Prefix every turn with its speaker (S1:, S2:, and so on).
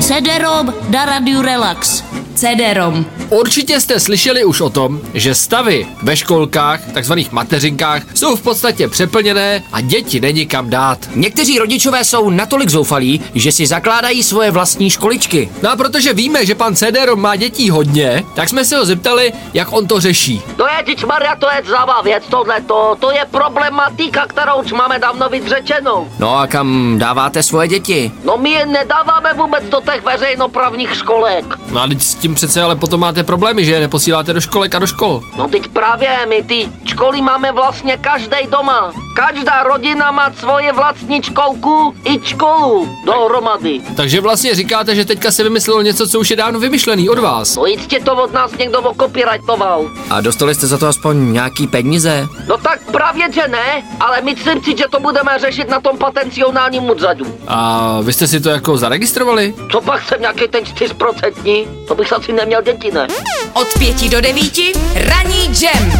S1: CD-ROM na Radiu Relax.
S2: CD-ROM.
S3: Určitě jste slyšeli už o tom, že stavy ve školkách, takzvaných mateřinkách, jsou v podstatě přeplněné a děti není kam dát.
S4: Někteří rodičové jsou natolik zoufalí, že si zakládají svoje vlastní školičky.
S3: No a protože víme, že pan CD-ROM má dětí hodně, tak jsme se ho zeptali, jak on to řeší.
S5: To je, No Maria, to je zává věc, tohle to, to je problematika, kterou už máme dávno vyřečenou.
S4: No a kam dáváte svoje děti?
S5: No my je nedáváme vůbec do těch veřejnoprávních školek.
S3: No a teď s tím přece ale potom máte problémy, že je neposíláte do školek a do škol.
S5: No teď právě, my ty školy máme vlastně každý doma. Každá rodina má svoje vlastní školku i školu dohromady.
S3: Takže vlastně říkáte, že teďka se vymyslelo něco, co už je dávno vymyšlený od vás.
S5: No jistě to od nás někdo okopirajtoval.
S4: A dostali jste za to aspoň nějaký peníze?
S5: No tak právě, že ne, ale myslím si, že to budeme řešit na tom potenciálním úřadu.
S3: A vy jste si to jako zaregistrovali?
S5: Co pak jsem nějaký ten 4%? To bych asi neměl děti, ne?
S2: Od pěti do devíti ranní jam.